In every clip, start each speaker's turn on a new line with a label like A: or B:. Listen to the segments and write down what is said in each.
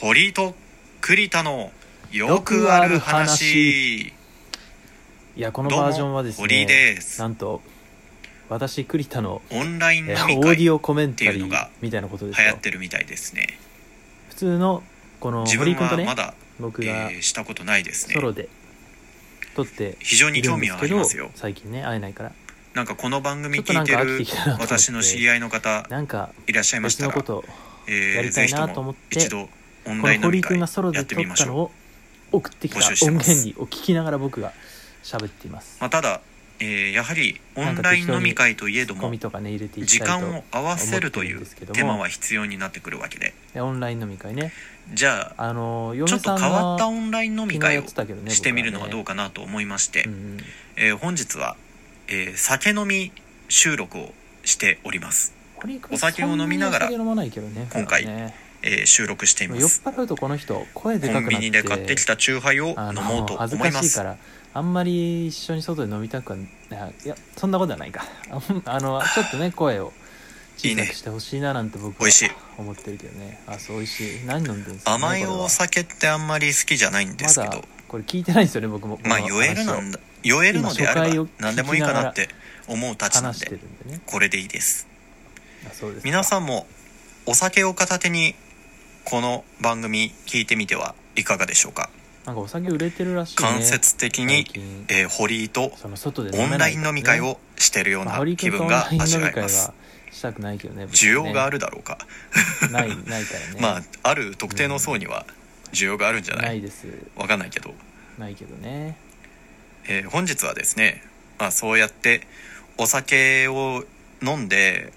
A: 堀井と栗田のよくある話
B: いやこのバージョンはです
A: 堀井
B: ね
A: です
B: なんと私栗田の
A: オンライン
B: え
A: 飲
B: ー
A: み
B: オーデ
A: 会
B: ィオコメンタリ
A: っていうの
B: ー
A: が
B: みたいなことです
A: 流行
B: よ
A: ってるみたいですね
B: 普通のこの
A: 自
B: 堀
A: 分
B: 井君と
A: はま
B: ね
A: だ、
B: 僕が
A: えーしたことないですね
B: ソロで撮って
A: 非常
B: い
A: に
B: る
A: 興
B: んで
A: 味
B: す
A: はあ
B: け
A: り
B: ど
A: ますよ
B: 最近ね会えないから
A: なんかこの番組
B: ちょっと
A: 聞
B: ないん
A: て
B: か飽き
A: る
B: てきたなと思って
A: 私の知り合いの方
B: なんか
A: いらっしゃいまし
B: 別
A: た
B: のこ
A: ら、
B: とをこや
A: えー、
B: りた
A: ぜ
B: い
A: ひと
B: なと
A: も
B: 思って
A: 一度オンライ
B: の
A: ン飲み
B: 堀
A: 会
B: 井君がソロ
A: や
B: で
A: って
B: 撮
A: み
B: っ
A: ましたょ
B: の
A: う
B: を送ってきた
A: 募集して
B: 音
A: ます
B: 源にを聞きながら僕が喋っています
A: まあ、ただ、えーやはりオンライン飲み会といえど
B: ツッコ
A: も
B: ミとかね入れてい
A: 時
B: きたいと
A: 間を合わせるとい
B: 思ってるん
A: う
B: ですけども
A: 手間は必要になってくるわけで
B: でオンライン飲み会ね
A: じゃあ
B: あの
A: ちょ
B: 嫁
A: っと
B: さん
A: 変わった
B: が
A: オンライン飲み
B: 昨日
A: 会
B: や
A: を
B: ってたけどね
A: してみるのは
B: 僕
A: どうかなと思いまして、
B: ねうん
A: えー本日は、えー酒飲み収録をしております、
B: 堀井君
A: お酒を飲みながら
B: そんにお酒飲まないけどね
A: 今回
B: 普段ね
A: えー収録してい
B: も
A: ま
B: う酔っ
A: す
B: 払うとこの人声で
A: コ
B: か
A: ン
B: くなって
A: ビニで買ってきたチューハイを
B: あ
A: 飲
B: の
A: もうと
B: 恥ず
A: 思い
B: か
A: ま
B: しい
A: す
B: からあんまり一緒に外で飲みたくはいやそんなことはないか あんあのちょっとね声を小さくしてほしいななんて僕
A: 美
B: は
A: 味しい
B: 思ってるけどねあそう美味しい何飲んでるんですか、ね、
A: 甘いお酒ってあんまり好きじゃないんですけ
B: まだ
A: ど
B: これ聞いてないんですよね僕も
A: まあ酔えるなんだ酔えるのであ
B: 今
A: れ
B: 初回
A: ば
B: を
A: 何でもいいかなって思うたちなん
B: 話し
A: で
B: てるんでね
A: これでいいです
B: あそうですか
A: 皆さんもお酒を片手にこの番組聞いてみてはいかがでしょうか
B: なんかお酒売れてるらしいね
A: 間接的
B: 最
A: に、
B: 近
A: えー堀井と
B: その外で
A: オ
B: 飲め
A: ン
B: な
A: ラ
B: い
A: イ
B: からね、
A: ン飲み会をしてるよう
B: まあ
A: な
B: 堀井
A: 気
B: 君
A: 分
B: とオンラ
A: が
B: イン
A: 味
B: 飲
A: わえ
B: み会
A: ま
B: は
A: す
B: したくないけどね
A: 需要があ
B: る
A: るだろうか
B: ないないからね
A: まあある特定の層には需要があるんじゃな
B: ないいです
A: わかんないけど、
B: ないけどね
A: えー本日はですね、まあ、そうやってお酒を飲んで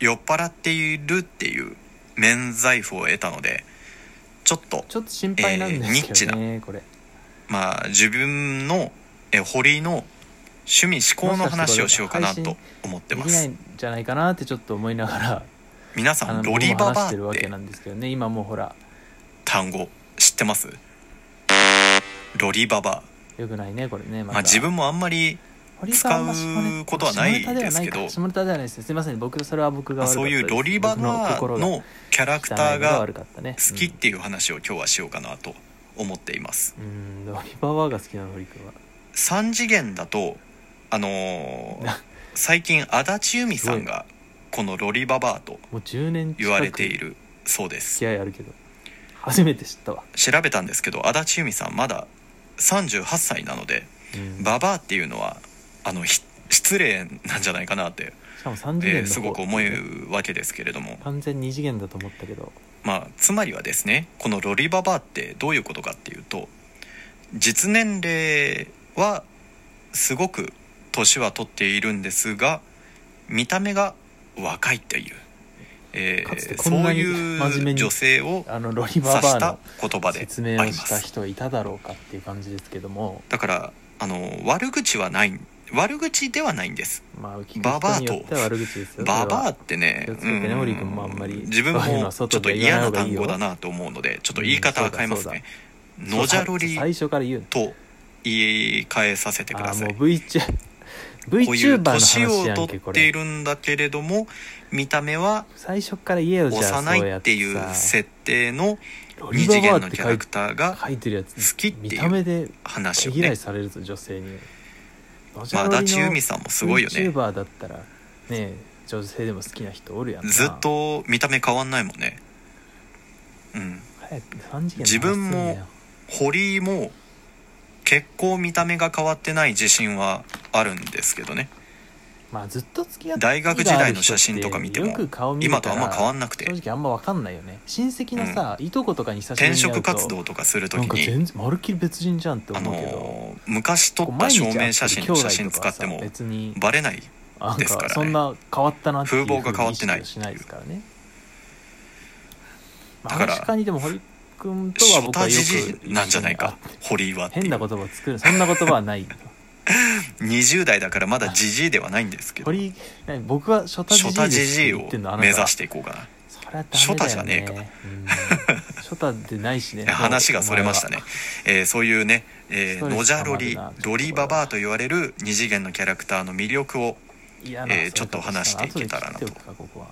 A: 酔っ払っているっていう免罪符を得たのでちょっと
B: ちょっと心配なんですけどね、これ
A: まあ自分の、えー堀井の趣味思考の話をしようかなと思って
B: でき
A: ま
B: ない
A: す
B: んじゃないかなってちょっと思いながら
A: 皆
B: あ
A: さ
B: の
A: んロリバ
B: 僕も
A: バ
B: 話してる
A: ーっ
B: わけ
A: て
B: なんですけどね今もうほら
A: 単語知ってますロリババ
B: よくないねこれね
A: ー、ま
B: ま
A: あ、
B: た
A: 自分もあんまり
B: 堀井さんあんま下ネ
A: 使うことはないですけど
B: 下ネタではないか下ネタではないですすいません僕それは僕が
A: まあ
B: 悪かっ
A: そ
B: たで
A: う
B: す
A: いうロリババーのキャラクターが
B: 好
A: 好きっていう話を今日はしようかなと思っています
B: うんロリババーが好きなの堀君は
A: 3次元だとあのー最近足立由美さんがこのロリババーと
B: もう10年近く
A: 言われているそうです
B: 付き合いあるけど初めて知ったわ、
A: 調べたんですけど足立由美さんまだ38歳なので
B: うん
A: ババアっていうのはあのひ失礼なんじゃないかなって、
B: しかも3次
A: え
B: 元
A: ー
B: の
A: すごく思うわけですけれども
B: 完全2次元だと思ったけど
A: まあつまりはですねこのロリババアってどういうことかっていうと実年齢はすごく年は取っているんですが見た目が若いっていう、えー
B: かつてこ
A: そ
B: ん
A: う
B: なに真面
A: い
B: 目
A: う
B: に
A: 女性を
B: あのロリ
A: 指
B: ババ
A: し
B: ーの
A: た言葉で
B: 説
A: あ
B: 明を
A: りま
B: した
A: す。
B: 人いただろうかっていう感じですけども
A: だからあの悪口はない悪口ではないんです
B: まあ聞く人によっては悪口ですよ
A: ババア
B: ー
A: ってね
B: 気をつけてね
A: うん
B: 堀君もあんまり
A: 自分も
B: そういうのは
A: ちょっ
B: 外
A: と
B: で
A: 嫌
B: 言わ
A: な
B: ない方がいい
A: 単語
B: よ
A: だなと思うのでちょっと言い方は変えますね「
B: そうだ
A: のじゃろり
B: 最初から言うの」
A: と言い換えさせてく
B: あ
A: だ
B: ー
A: さ
B: もう
A: い
B: VTuber
A: こういう
B: VTuber の
A: 年
B: 話
A: を
B: やん
A: 取
B: け
A: っ
B: こ
A: てい
B: れ
A: るんだけれども見た目は
B: 最初から言えよじゃあ
A: 幼
B: そう
A: い
B: や
A: っていう
B: さ
A: 設定の
B: ロ
A: 二
B: リ
A: 次
B: バ
A: 元
B: バー
A: の
B: って
A: キャ
B: 書
A: ラ
B: い
A: クターが
B: 書いてるやつ
A: 好きっていう
B: 見た目で
A: 話
B: 毛
A: を
B: 嫌
A: ね
B: いされると女性に
A: まあ足立由美さんもすごいよね
B: VTuber だったらね女性でも好きな人おるやんな
A: ずっと見た目変わんないもんねうん
B: 早く3次元の話すんだよ
A: 自分も堀井も結構見た目が変わってない自信はあるんですけどね
B: まあずっと付き合って
A: 大学時代の写真とか見ても
B: よく顔見る
A: 今と
B: から
A: あんま変わんなくて
B: 正直あんま分かんないよね親戚のさ、いとことかに久しぶり
A: 転
B: に会うと
A: 職活動とかする
B: な
A: 時
B: んか
A: に
B: 全然まるっきり別人じゃんって
A: あ
B: 思うけど、
A: のー昔撮
B: こう
A: った
B: 毎日
A: 証
B: 会って
A: 明
B: る
A: 写真
B: 兄
A: の
B: 弟と
A: 写
B: か
A: 真使って
B: さ
A: も
B: 別に
A: バレない
B: なん
A: ですから
B: か
A: ね
B: そんな変わったなっていう
A: 風貌が変わってない
B: ふうに意識はしないですからね、まあ、
A: だから
B: 確かにでも堀君とは
A: ショ
B: 僕
A: タ
B: はよく
A: じじいなんじゃないか
B: 一緒に
A: 堀井はっ
B: あ
A: てい
B: 変な
A: う
B: 言葉を作るそんな言葉はない
A: 20代だからまだじじいではないんですけど
B: 堀何僕はショタ
A: ショタ
B: ジ
A: じ
B: ジ
A: じ
B: イ
A: い
B: ですって
A: を
B: 言ってんのあな
A: 目
B: た
A: 指していこうかな
B: それはダメだよ、ね、
A: ショタじゃね
B: えかショタでないしね
A: 話がそれましたね、えーそういうね、え
B: ス
A: ー、
B: トレス
A: のじゃろり
B: 溜まるな
A: ロリババアと言われる二次元のキャラクターの魅力を
B: 嫌
A: えーちょっと話していけたらなと
B: 後で切っておくかここは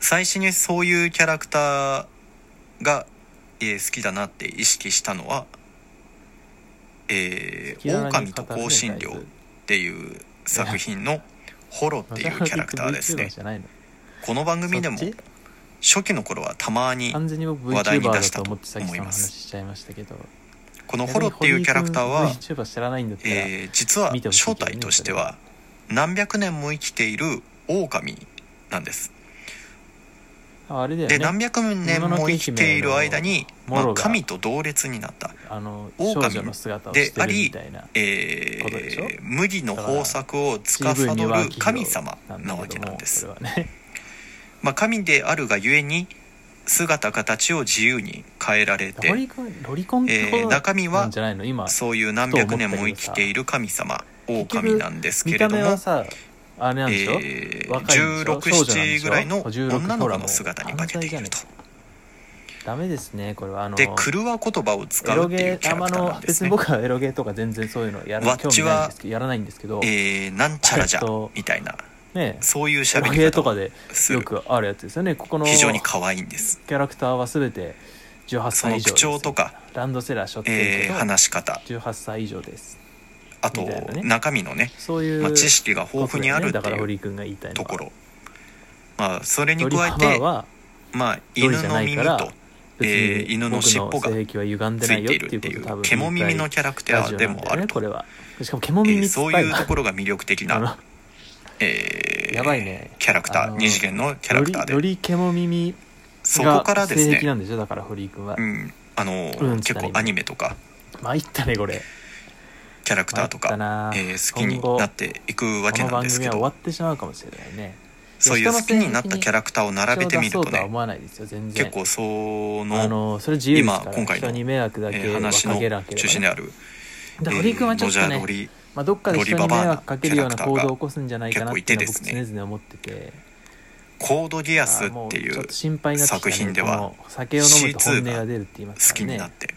A: 最初にそういうキャラクターが、えー好きだなって意識したのは「えー、狼と香辛料」っていう作品のホロっていうキャラクターですね
B: じゃないの
A: この番組でも
B: そっち
A: 初期の頃はたまに
B: 完全に僕
A: 話題
B: VTuber
A: に出
B: だ
A: した
B: と
A: と
B: 思
A: 思
B: っ
A: い
B: て
A: ます
B: さっきさんの話しちゃいましたけど
A: このホロっていうキャラクターは
B: VTuber 知らないんだったら、
A: えー実は
B: 見てほしいけ
A: 正
B: どね
A: 体としては何百年も生きている狼なんです。
B: ああれだよね
A: で何百年も生きている間に、
B: も
A: まあ
B: ののけ姫のモロが
A: 神と同列になった、
B: あの
A: 狼
B: 少女の姿をしてるみたいな
A: え
B: ことでしょ
A: ー、麦の豊作を司
B: 自分には
A: る神様なわけなんです。
B: これはね
A: まあ、神であるがゆえに姿形を自由に変えられ
B: ロ
A: て
B: リコンロリコンって
A: え
B: こ
A: ー
B: と
A: 中身は
B: なんじゃないの今
A: そういう何百年も生きている神様狼なんですけれ
B: 見た
A: ど
B: 目
A: も
B: はさあれなんでしょ、
A: えー、
B: 若いんでしょ少女なん
A: 1617
B: でしょ
A: ぐらいの
B: 16
A: 女の子の姿に化けていると
B: ほダメですねこれはあの
A: で狂わ言葉を使
B: エ
A: う
B: ロ
A: って
B: ゲ
A: いうキ
B: ー
A: ャラ
B: あまあ
A: クターな
B: の
A: んで
B: 別
A: すね、
B: に僕はエロゲーとか全然そういうのや
A: わ
B: ら
A: っ
B: 興
A: ち
B: 味
A: は
B: ないんですけどやらないんですけど、
A: えー、なんちゃらじゃ
B: えっと
A: みたいな
B: ね
A: そういう
B: エ
A: 喋
B: ロゲ
A: り
B: ーと
A: 方
B: か
A: を
B: ですよ
A: る
B: くあるやつですよねここの
A: 非常に可愛いんです
B: キャラクターは全て18
A: そ
B: 歳
A: の
B: 以上
A: 口
B: です
A: 調とか、
B: ランドセラーしょってる
A: え
B: け
A: ー、
B: ど、
A: 話し方
B: 18歳以上です
A: あと
B: みたいなね
A: 中身のね、
B: そういう、
A: まあ、知識が豊富にあるって
B: だから
A: いう
B: 堀君が言いたいの
A: と
B: は
A: ころまあそれに
B: ドリ
A: 加え
B: ハマ
A: て
B: は
A: まあ
B: ド
A: 犬
B: リじゃ
A: の
B: ない
A: 耳
B: から
A: と
B: 別に
A: えー犬の尻尾が
B: 僕の性癖は歪んで
A: つ
B: ない
A: い
B: よ
A: てい
B: っ
A: る
B: て
A: っ
B: いう
A: て
B: こ
A: い
B: と多
A: う
B: 分
A: 獣耳のキャラクタ
B: ラジ
A: ー
B: オ
A: で
B: なんだ
A: も
B: よ
A: あ
B: ね
A: る、
B: ことれはしかも獣
A: えー
B: 耳っつっ
A: そう
B: た
A: いう
B: よ
A: ところが魅力的
B: あの
A: な、えー
B: やばいね
A: キャラクタ
B: あ
A: ー
B: の
A: 二次元のキャラクター
B: よ
A: で
B: りより獣耳
A: そこから
B: が
A: です
B: 性癖な
A: ね
B: んでしょだから堀井君は、
A: うんあのー、
B: うん
A: 結構アニメとか
B: 参ったねこれ
A: キャラクターとか
B: 参った、な
A: えー好きになっていくわけ
B: この
A: なん
B: 番
A: です
B: 組
A: け
B: は終わっ
A: ど
B: てしまうかもしれないね
A: そういう好きになったキャラクターを並べてみると
B: 人を出そうとは
A: ね
B: 思わないですよ全然
A: 結構その
B: あのそれ自由ですから
A: 今今回の
B: 人に迷惑だけ、
A: えー話の
B: かけなければね
A: 中心である、
B: だから堀井君はちょっと
A: えーロジャーロ
B: ね、
A: リ
B: まあ、どっかで人
A: ロ
B: に
A: リババア
B: 迷
A: な
B: 惑かけるような
A: キャラク
B: 行
A: ターが
B: 動を起こすんじゃないかなっていうのは僕
A: 結構いてです
B: 常々思ってて
A: コードギアス
B: あーも
A: っていう
B: ちょっ
A: 好
B: と心配になってきたね
A: 作品では
B: この酒を飲むと本音が出るって言いますか
A: き
B: ら
A: に
B: ね
A: なって、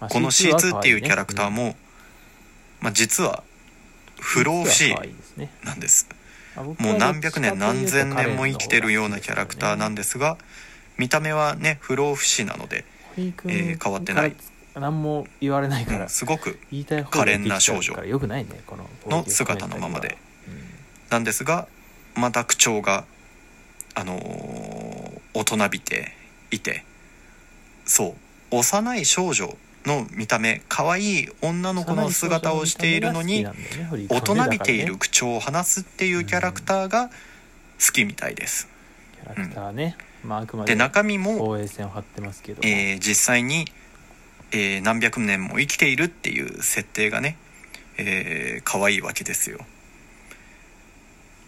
B: まあ
A: この
B: C2 は可愛
A: C2 っていうキャラクター
B: ね
A: も、まあ、実は不老不死
B: うん C2 は可愛いですね
A: なんです
B: あ僕は
A: もう何百年
B: どっち
A: 何
B: かという
A: 千
B: と
A: 年も生きてるようなキャラクターなんですが見た目はね不老不死なので、
B: 堀井君
A: えー変わってない
B: から何も言われないか
A: う
B: ら
A: んすごく
B: 言いたい方が言ってきちゃうから
A: 可憐な少女
B: よくないねこの
A: の姿のままで
B: うん
A: なんですがまた口調があのー大人びていてそう幼い少女の見た目可愛い女の子の姿をしているのに
B: 幼い少女の見た目が好きなん
A: 大人びてい
B: だよね堀井君はねだから
A: る
B: ね
A: 口調を話すっていうキャラクターが好きみたいです。
B: キャラクターね、まああくま
A: で
B: で
A: 中身も、
B: 防衛線を張ってますけど、
A: えー実際に、えー何百年も生きているっていう設定がね、えー、可愛いわけですよ。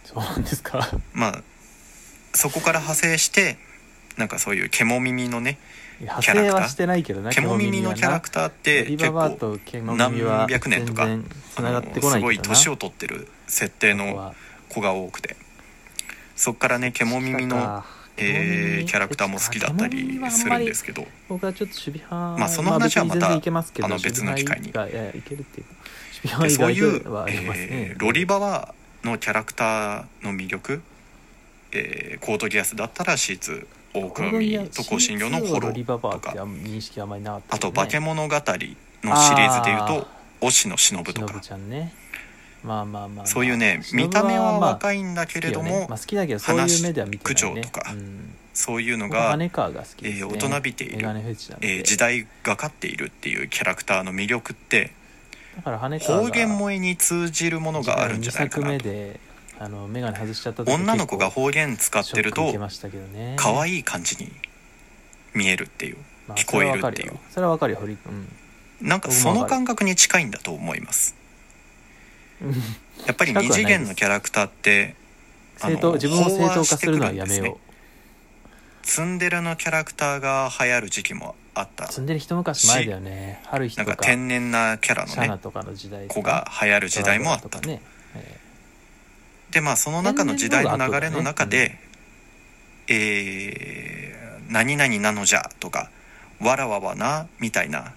B: そうなんですか
A: まあそこから派生してなんかそういう獣耳のね
B: いや派生はしてないけどな
A: 獣耳のキャラク
B: タ
A: ターって
B: リ
A: 結
B: ババー
A: 構
B: と獣耳は
A: 何百年とか
B: 全然
A: あ
B: つなが
A: の
B: っ
A: す
B: てこないけどな
A: ごい年を取ってる設定の子が多くてそっからね獣耳の、えーキャラクターも好きだったりするんです
B: け
A: けど
B: ど僕はちょっと守備派
A: まあその話はまた
B: あ、別に全然いけますけど
A: あの別の機会に
B: 守備派以外いやいけるっていう
A: で
B: か守
A: そう
B: 備
A: い
B: 派以
A: う
B: 外、はありますね、
A: えーロリババアのキャラクターの魅力、えーコートギアスだったら C2 大
B: この
A: 黒海と香辛料のホロ
B: ロリババー
A: と
B: ってあ
A: か
B: んま認識あんまりなかった
A: あ
B: けど
A: と「
B: ね、
A: 化け物語」のシリーズでいうと「押野忍」
B: し
A: と
B: の
A: か
B: ぶちゃんねまあまあまあ、まあ、
A: そういうね
B: しのぶ
A: 見た目は
B: まあ
A: 若いんだけれど
B: 好きよね
A: も
B: まあ、好きだけどそういう目では見てない、
A: 話口
B: ね、
A: 調とか
B: うん、
A: そういうの
B: 僕は
A: が
B: 姉カーが好きです、ね
A: えー大人びている
B: メガネフェチなんで、
A: えー時代がかっているっていうキャラクターの魅力って
B: だから羽川が
A: 方言萌えに通じるものがあるんじゃないか
B: 2
A: な
B: 作目であのメガネ外しちゃった時
A: 女の子が方言使ってると可
B: い
A: 愛い感じに見えるっていう聞こえるっていう
B: それはわかるよ堀君、
A: なんかその感覚に近いんだと思います
B: うん、
A: やっぱり
B: 近くは
A: 二
B: な
A: 次
B: いです
A: 元のキャラクターってあの
B: 正当自分を正当化するのはや
A: 飽和
B: め
A: してくるんです
B: よ
A: ねツンデレのキャラクターが流行る時期もあった
B: う積んでる一昔前だよね春日
A: な
B: と
A: ん
B: か
A: か天然なキャラ
B: シ
A: の
B: ャナ
A: ね
B: とかの時代とか
A: 子が流行る時代もあっ
B: ドラ
A: た
B: ゴンとかね、ええ
A: でまあその中の時代の流れの中
B: 天然の方が後だ
A: で「えー何々なのじゃ」とか「わらわはな」みたいな、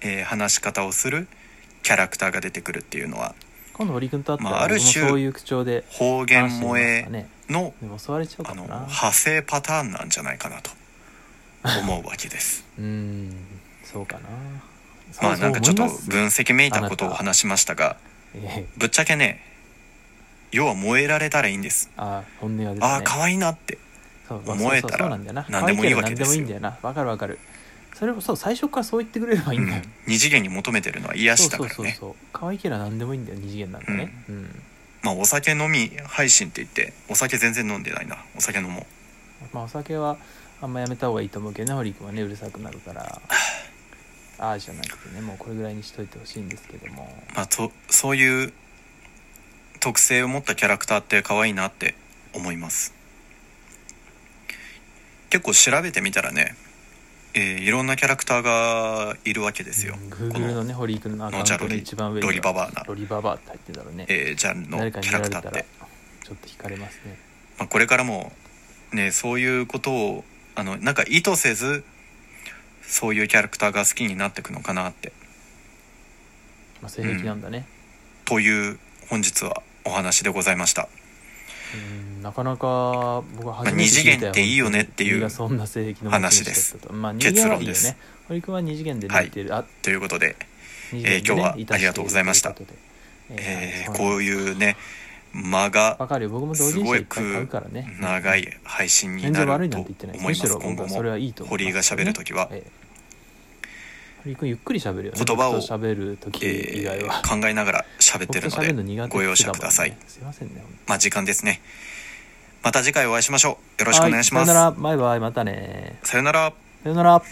A: えー話し方をするキャラクターが出てくるっていうのは
B: 今度堀君と会ったら、
A: まあある種
B: 僕もそういう口調で
A: 方言
B: 話して
A: 萌
B: みますか
A: え
B: ね
A: の
B: でも襲われちゃう
A: あ
B: か
A: の
B: もな
A: 派生パターンなんじゃないかなと思うわけ です。
B: うんそうかな
A: まあなんかちょっと分
B: 分
A: 析めいたことを話しましたが
B: ええ
A: ぶっちゃけね要は燃えられたらいいんです。
B: あ本音が出てね
A: ああ可愛いなって
B: そう
A: 思えたら
B: そうそうそうなんだよな
A: 何でもいいわけですよ
B: 可愛ければ何でもいいんだよなわかるわかるそれもそう最初からそう言ってくれればいいんだよ、
A: うん二次元に求めてるのは癒
B: そ
A: し
B: う
A: だか
B: そう
A: ら
B: そう
A: ね
B: そう可愛ければ何でもいいんだよ二次元なんかねうん、
A: まあお酒飲み配信って言ってお酒全然飲んでないなお酒飲もう
B: まあお酒はあんまやめた方がいいと思うけどね堀君はねうるさくなるからああじゃなくてねもうこれぐらいにしといてほしいんですけども
A: まあとそういう特性を持ったキャラクターって可愛いなって思います結構調べてみたらね、えーいろんなキャラクターがいるわけですよ、
B: うん
A: こ
B: Google の
A: の、
B: ね堀井君のアカウントで一番上に
A: ロリババアな
B: ロリババアって入ってたらね、
A: えージャンルの
B: 誰か
A: キ
B: に
A: ャ
B: 見ら
A: ラク
B: れた
A: ター
B: ら
A: っ
B: ち
A: て
B: ょっ、と惹かれますね
A: まあ、これからもねそういうことをあのなんか意図せずそういうキャラクターが好きになってくのかなって
B: まあ性癖なんだね、
A: という本日はお話でございました
B: うんなかなか僕は初
A: まあ
B: め
A: 二
B: て
A: 次
B: 聞い
A: 元
B: たよ
A: っていいよねっていう
B: 君がそんな性癖の
A: 話です
B: 持ち主だったとまあ二次
A: 結
B: 元は
A: 論
B: いいよ
A: です
B: ね堀君は二次元で似てる、あ
A: ということで、
B: 二次元
A: えー今日はい
B: たして
A: ありがとうございました
B: ということで
A: え
B: えー
A: ー
B: そうなん
A: こう
B: です
A: いうね間が
B: わかるよ僕も同人誌いっぱい買うからね
A: 長い配信に
B: 全
A: な
B: 然悪
A: る
B: いな
A: と
B: んて言ってない
A: 思います今後
B: 僕はそれ
A: も
B: はいいと思います
A: 堀井が喋る時は
B: ええ堀井君ゆっくり喋るよね
A: 言葉を
B: 僕と喋る時以外
A: え
B: は、
A: ー考えながら喋って
B: 僕
A: る
B: と喋る
A: の
B: の苦
A: で
B: 手
A: ご容赦ください
B: って言ってたもんねすいませんねよ
A: まあ時間ですねまた次回お会いしましょうよろしくお願いします
B: さよならバイバイまたね
A: さよなら
B: さよなら